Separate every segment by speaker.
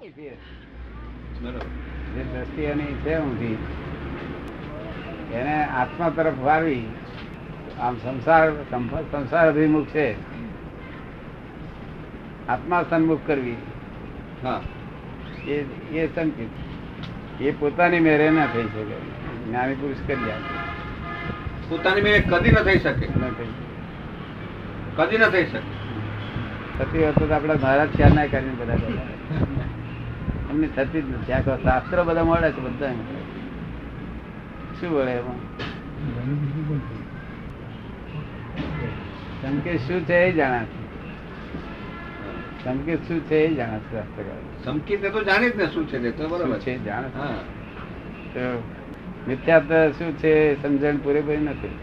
Speaker 1: છે
Speaker 2: બરોબર
Speaker 1: જે દ્રષ્ટિ એની છે ઊંધી એને આત્મા તરફ વાવી આમ સંસાર સંપ- સંસાર અભિમુખ છે આત્મા સન્મુખ કરવી
Speaker 2: હા
Speaker 1: એ એ સંકિત એ પોતાની મેરે ના થઈ શકે જ્ઞાની પુરુષ કરી આપે
Speaker 2: પોતાની મેળે કદી ન થઈ શકે
Speaker 1: ન થઈ શકે.
Speaker 2: કદી ન થઈ શકે
Speaker 1: થતી વખતે તો આપણા મહારાજ ખ્યાલ ના કરીને બધા કરતા. એમની થતી જ નથી આખા શાસ્ત્રો બધા મળે છે બધા શું વળે એમાં સંકેત શું છે એ જાણા છે સંકેત શું છે એ જાણે છે શાસ્ત્રકારો.
Speaker 2: સંકેત એ તો જાણે જ ને શું છે તે તો બરોબર
Speaker 1: શું છે એ જાણે છે.
Speaker 2: હા
Speaker 1: તો મિથ્યાત્વ શું છે એ સમજણ પૂરેપૂરી નથી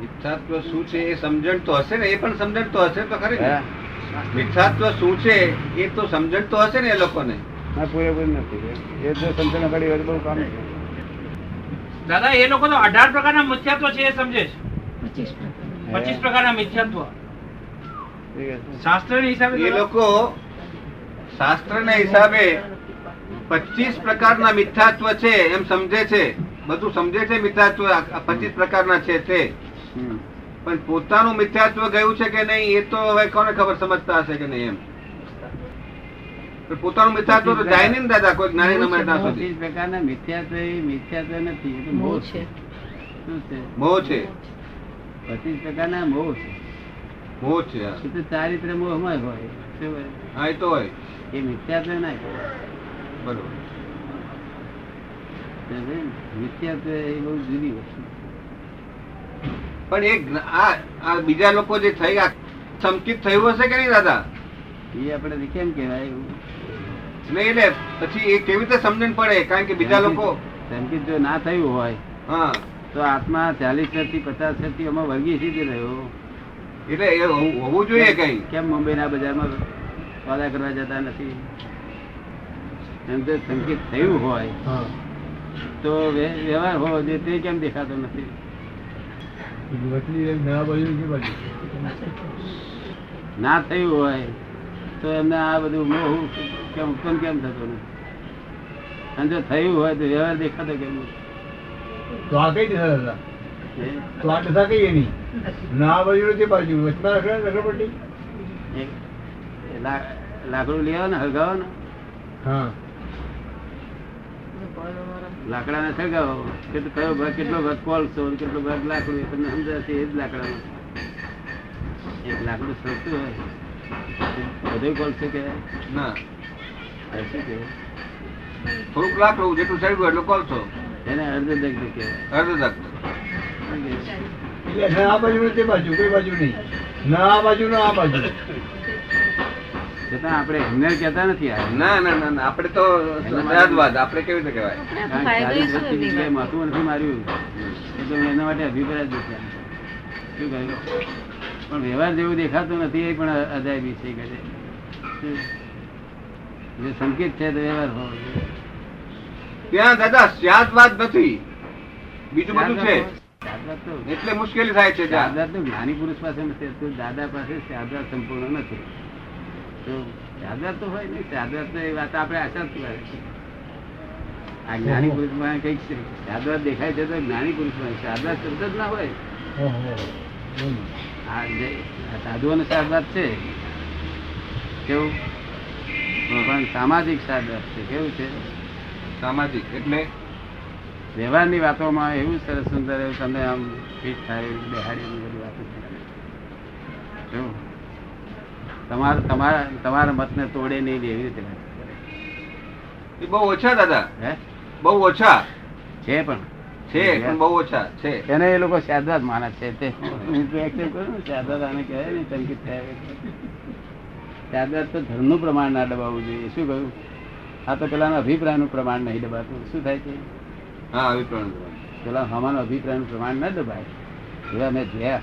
Speaker 2: મિથ્યાત્વ શું છે એ સમજણ તો હશે ને એ પણ સમજણ તો હશે તો ખરી ને
Speaker 1: હા?
Speaker 2: મિથ્યાત્વ શું છે એ તો સમજણ તો હશે ને એ લોકોને
Speaker 1: ના પૂરેપૂરી નથી એ જો સમજણ પડી હોય તો બહુ કામ છે.
Speaker 3: દાદા એ લોકો તો અઢાર પ્રકારના મિથ્યાત્વ છે એ સમજે છે પચીસ
Speaker 1: હે?
Speaker 3: પ્રકારના મિથ્યાત્વ
Speaker 1: ઠીક છે.
Speaker 3: શાસ્ત્ર હિસાબે
Speaker 2: એ લોકો શાસ્ત્રના હિસાબે પચીસ પ્રકારના મિથ્યાત્વ છે એમ સમજે છે બધું સમજે છે મિથ્યાત્વ પચીસ પ્રકારના છે તે
Speaker 1: હમ.
Speaker 2: પણ પોતાનું મિથ્યાત્વ ગયું છે કે નહીં એ તો હવે કોને ખબર સમજતા હશે કે નહીં એમ પણ પોતાનું મિથ્યાત્વ તો જાય નહીં ને દાદા કોઈ જ્ઞાની ન મળે ત્યાં સુધી
Speaker 1: પચીસ પ્રકારના મિથ્યાત્વ એ મિથ્યાત્વ નથી એ તો મોહ
Speaker 4: મોહ
Speaker 1: છે.
Speaker 4: છે
Speaker 1: શું છે
Speaker 2: મોહ છે
Speaker 1: પચીસ પ્રકારના મોહ છે
Speaker 2: મોહ છે હા.
Speaker 1: એ તો ચારિત્ર મોહમાં જ હોય શું હોય?
Speaker 2: હા એ તો હોય
Speaker 1: એ મિથ્યાત્વ ના કહેવાય
Speaker 2: બરોબર
Speaker 1: સમજે ને? મિથ્યાત્વ એ બહુ જુદી વસ્તુ છે.
Speaker 2: પણ એ જ્ઞા- આ આ બીજા લોકો જે થઈ ગયા સંકિત થયું હશે કે નહીં દાદા
Speaker 1: એ આપણે કેમ કહેવાય એવું
Speaker 2: નહીં એટલે પછી એ કેવી રીતે સમજણ પડે કારણ કે બીજા લોકો
Speaker 1: સંકેત જો ના થયું હોય
Speaker 2: હા
Speaker 1: તો આત્મા ચાલીસ નથી પચાસ નથી એમાં વર્ગી સીધી રહ્યો
Speaker 2: એટલે એ હોવું હોવું જોઈએ કઈ
Speaker 1: કેમ મુંબઈના બજારમાં સોદા કરવા જતા નથી એમ જો સંકેત થયું હોય
Speaker 5: हाँ,
Speaker 1: તો વ્ય- વ્યવહાર હોવો જોઈએ તે કેમ દેખાતો નથી ના થયું હોય તો એમને આ બધું મોહ કેમ ઉત્પન્ન કેમ થતો નથી અને જો થયું હોય તો વ્યવહાર દેખાતો કેમ નથી?
Speaker 5: તો આ કઈ દેતા હતા
Speaker 1: એ-
Speaker 5: તો આ દેતા કઈ એની ના બાજુ તે બાજુ વચમાં રખડે ને રખડ પટ્ટી
Speaker 1: એ લા- લાકડું લેવા ને હળગાવો ને
Speaker 5: હા
Speaker 1: લાકડાને સળગાવો કે તો કયો ભાગ કેટલો ભાગ કોલસો ને કેટલો ભાગ લાકડું એ તમને સમજાશે એ જ લાકડામાં એક લાકડું સળગતું હોય બધું કોલસો કહેવાય
Speaker 2: ના
Speaker 1: આ શું કહેવાય
Speaker 2: થોડુંક લાકડું જેટલું સડ્યું એટલે કોલસો
Speaker 1: એને અર્ધદગ્ધ કહેવાય
Speaker 2: અર્ધદક
Speaker 1: શું કહેવાય?
Speaker 5: એટલે ના આ બાજુ ને તે બાજુ કોઈ બાજુ નહીં ના આ બાજુ ના આ બાજુ
Speaker 1: છતાં આપણે હિંગર કહેતા નથી આ
Speaker 2: ના ના ના ના આપણે તો સજાદવાદ આપણે કેવી રીતે કહેવાય
Speaker 1: કારણ કે ચાલીસ વર્ષથી બીજાએ માથું નથી માર્યું એ તો એના માટે અભિપ્રાય જ નથી આપતો. શું કહ્યું પણ વ્યવહાર જેવું દેખાતું નથી એ પણ અજાયબી છે કહે છે. શું? જે સંકેત છે તો વ્યવહાર હોવો જોઈએ.
Speaker 2: ત્યાં દાદા સજાદવાદ નથી બીજું બધું છે
Speaker 1: શારદા તો
Speaker 2: એટલે મુશ્કેલી થાય છે ત્યાં
Speaker 1: શારદા તો જ્ઞાની પુરુષ પાસે નથી તો દાદા પાસે શારદા સંપૂર્ણ નથી તો શારદા તો હોય ને શારદા તો એ વાત આપણે આશા જ કરે છે. આ જ્ઞાની પુરુષ માં કઈક છે શારદા દેખાય છે તો જ્ઞાની પુરુષ માં શારદા શબ્દ જ ના હોય
Speaker 5: ઓહો બોલો.
Speaker 1: આ જે આ સાધુઓનો શારદા છે કેવું પણ સામાજિક શારદા છે કેવું છે
Speaker 2: સામાજિક એટલે
Speaker 1: વ્યવહારની વાતોમાં એવું સરસ સુંદર એવું તમને આમ ફિટ થાય એવું બેહાડી એવી બધી વાતો છે. એવું. તમારા તમારા તમારા મતને તોડે નહીં ને એવી રીતે વાત કરે.
Speaker 2: એ બહુ ઓછા દાદા
Speaker 1: હે
Speaker 2: બહુ ઓછા
Speaker 1: છે પણ
Speaker 2: છે પણ બહુ ઓછા છે
Speaker 1: એને એ લોકો શારદા જ માને છે તે હું તો accept કરું ને શારદા આને કહેવાય ને સંકેત કહેવાય. શારદા તો ધર્મનું પ્રમાણ ના દબાવવું જોઈએ શું કહ્યું આ તો પેલાના અભિપ્રાયનું પ્રમાણ નહીં દબાતું શું થાય છે
Speaker 2: હા આવી પ્રમાણે
Speaker 1: પેલા હમાનો અભિપ્રાયનું પ્રમાણ ના દબાય એવા મેં જોયા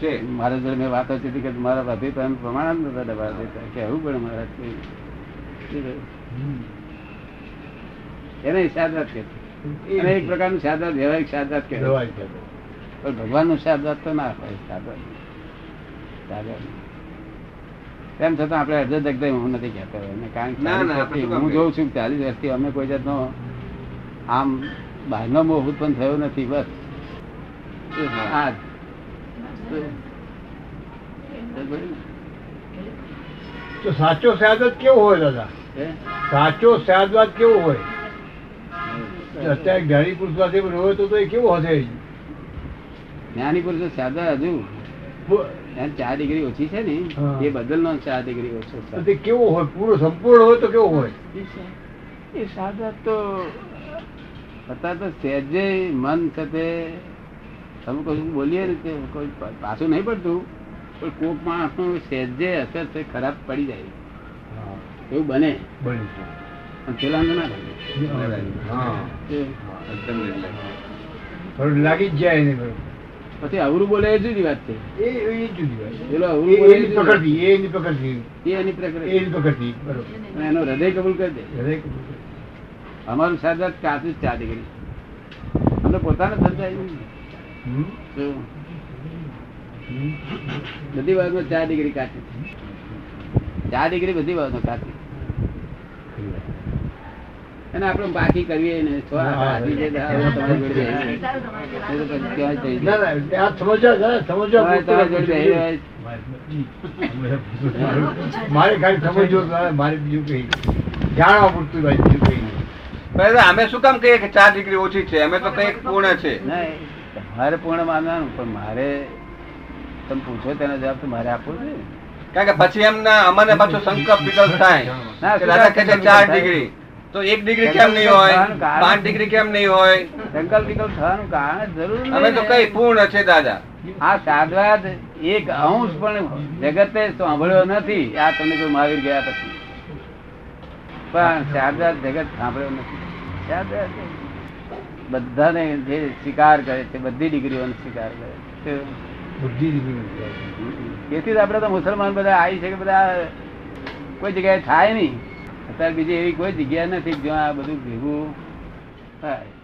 Speaker 2: છે
Speaker 1: મારા જોડે મેં વાત હતી કે મારા અભિપ્રાયનું પ્રમાણ જ નતા દબાવ દેતા કહેવું પણ મારા
Speaker 5: હમ.
Speaker 1: એને શારદાત કે
Speaker 5: એ
Speaker 1: અને એક પ્રકારનું શારદાત વ્યવહારિક શારદાત કહેવાય
Speaker 5: દવાઈ છે.
Speaker 1: પણ ભગવાનનું શારદાત તો ના હોય શારદાત શારદાત તેમ છતાં આપણે અડધે દગધે હું નથી કહેતો એને કારણ કે
Speaker 2: ના, ના,
Speaker 1: ચાલીસ વર્ષથી
Speaker 2: આપણે શું કામ
Speaker 1: હું
Speaker 2: કહીએ?
Speaker 1: જોઉં છું કે ચાલીસ વર્ષથી અમે કોઈ જાતનો આમ બહારનો મોહ ઉત્પન્ન થયો નથી બસ આ
Speaker 2: હા.
Speaker 1: જ. તો- તો બોલ.
Speaker 5: તો સાચો સયાદત કેવો હોય દાદા
Speaker 1: હે?
Speaker 5: સાચો સયાદવાદ કેવો હોય અત્યારે જ્ઞાની પુરુષ પાસે રહ્યો તો તો એ કેવો હશે
Speaker 1: જ્ઞાની પુરુષ સાદા હજુ
Speaker 5: બો-
Speaker 1: એમ ચાર ડિગ્રી ઓછી છે ને
Speaker 5: હા.
Speaker 1: એ બદલનો ચાર ડિગ્રી ઓછો
Speaker 5: તો
Speaker 1: છે
Speaker 5: તે કેવો હોય પૂરો સંપૂર્ણ હોય તો કેવો હોય
Speaker 1: એ સાદા તો અત્યારે તો સહેજે મન સાથે તમે કશું બોલીએ ને તે કોઈ પા- પાછું નહીં પડતું પણ કોક માણસનું સહેજે અસર છે ખરાબ પડી જાય
Speaker 5: हाँ,
Speaker 1: એવું બને
Speaker 5: બને છે.
Speaker 1: પણ પેલાનું ના બને
Speaker 5: હા.
Speaker 1: તે
Speaker 2: એકદમ એટલે.
Speaker 5: થોડું લાગી જ જાય એને થોડું.
Speaker 1: પછી અવરું બોલે એ જુદી વાત છે
Speaker 5: એ એ જુદી વાત.
Speaker 1: પેલો અવરું
Speaker 5: એ-
Speaker 1: બોલે એ
Speaker 5: એની
Speaker 1: જુદી વાત.
Speaker 5: પકડતી એ એની
Speaker 1: એ
Speaker 5: પકડતી
Speaker 1: એની
Speaker 5: એ
Speaker 1: પ્રકૃતિ
Speaker 5: એની પકડતી બરોબર
Speaker 1: પણ એનો હૃદય કબૂલ કરી દે
Speaker 5: દરેક
Speaker 1: અમારું સાદા કાચું જ ચાર ડિગ્રી અમને પોતાને સમજાય નહીં.
Speaker 5: હમ?
Speaker 1: શું?
Speaker 5: હમ?
Speaker 1: બધી બાબતમાં ચાર ડિગ્રી કાચી ચાર ડિગ્રી બધી બાબતમાં કાચી અને આપણે બાકી કરીએ ને છો
Speaker 5: હા, હા.
Speaker 1: આજી જે દાડો તમારી જોડે બેહી રહે. એ તો પછી ક્યાંય થઈ
Speaker 5: ના
Speaker 1: જાય.
Speaker 5: ના આ સમજવા ના, સમજવા
Speaker 1: તમારે તમારી જોડે બેહી
Speaker 5: પૂરતું
Speaker 1: રહે.
Speaker 5: મારે ખાલી સમજવો જ ના, મારે બીજું કઈ જાણવા પૂરતું ભાઈ બીજું કઈ નહીં.
Speaker 2: પણ દાદા, અમે શું કામ કહીએ કે ચાર ડિગ્રી ઓછી છે અમે તો કઈક પૂર્ણ છે
Speaker 1: ના, એ તમારે પૂર્ણ માનવાનું પણ મારે તમે પૂછો તેનો જવાબ તો મારે આપવો જોઈએ ને.
Speaker 2: કારણ કે પછી એમના અમને પાછો સંકલ્પ વિકલ્પ થાય
Speaker 1: ના,
Speaker 2: કે દાદા કહે છે
Speaker 1: સંકલ્પ
Speaker 2: ચાર
Speaker 1: વિકલ્પ
Speaker 2: ડિગ્રી તો એક ડિગ્રી
Speaker 1: સંકલ્પ
Speaker 2: કેમ નહીં હોય
Speaker 1: થવાનું કારણ-
Speaker 2: પાંચ ડિગ્રી કેમ નહીં હોય
Speaker 1: સંકલ્પ વિકલ્પ થવાનું કારણ જ જરૂર
Speaker 2: અમે તો કઈ
Speaker 1: નહીં ને.
Speaker 2: પૂર્ણ છે દાદા
Speaker 1: આ સાદવાદ એક અંશ પણ જગતે સાંભળ્યો નથી આ તમને કોઈ મહાવીર ગયા પછી પણ સાદવાદ જગત સાંભળ્યો નથી સાદવાદ બધાને જે સ્વીકાર કરે છે બધી ડિગ્રીઓનો સ્વીકાર કરે છે
Speaker 5: બુદ્ધિ જ બીજું નથી.
Speaker 1: તેથી જ આપણે તો મુસલમાન બધા આવી છે કે બધા કોઈ જગ્યાએ થાય નહીં અત્યારે બીજી એવી કોઈ જગ્યા નથી કે જ્યાં આ બધું ભેગું થાય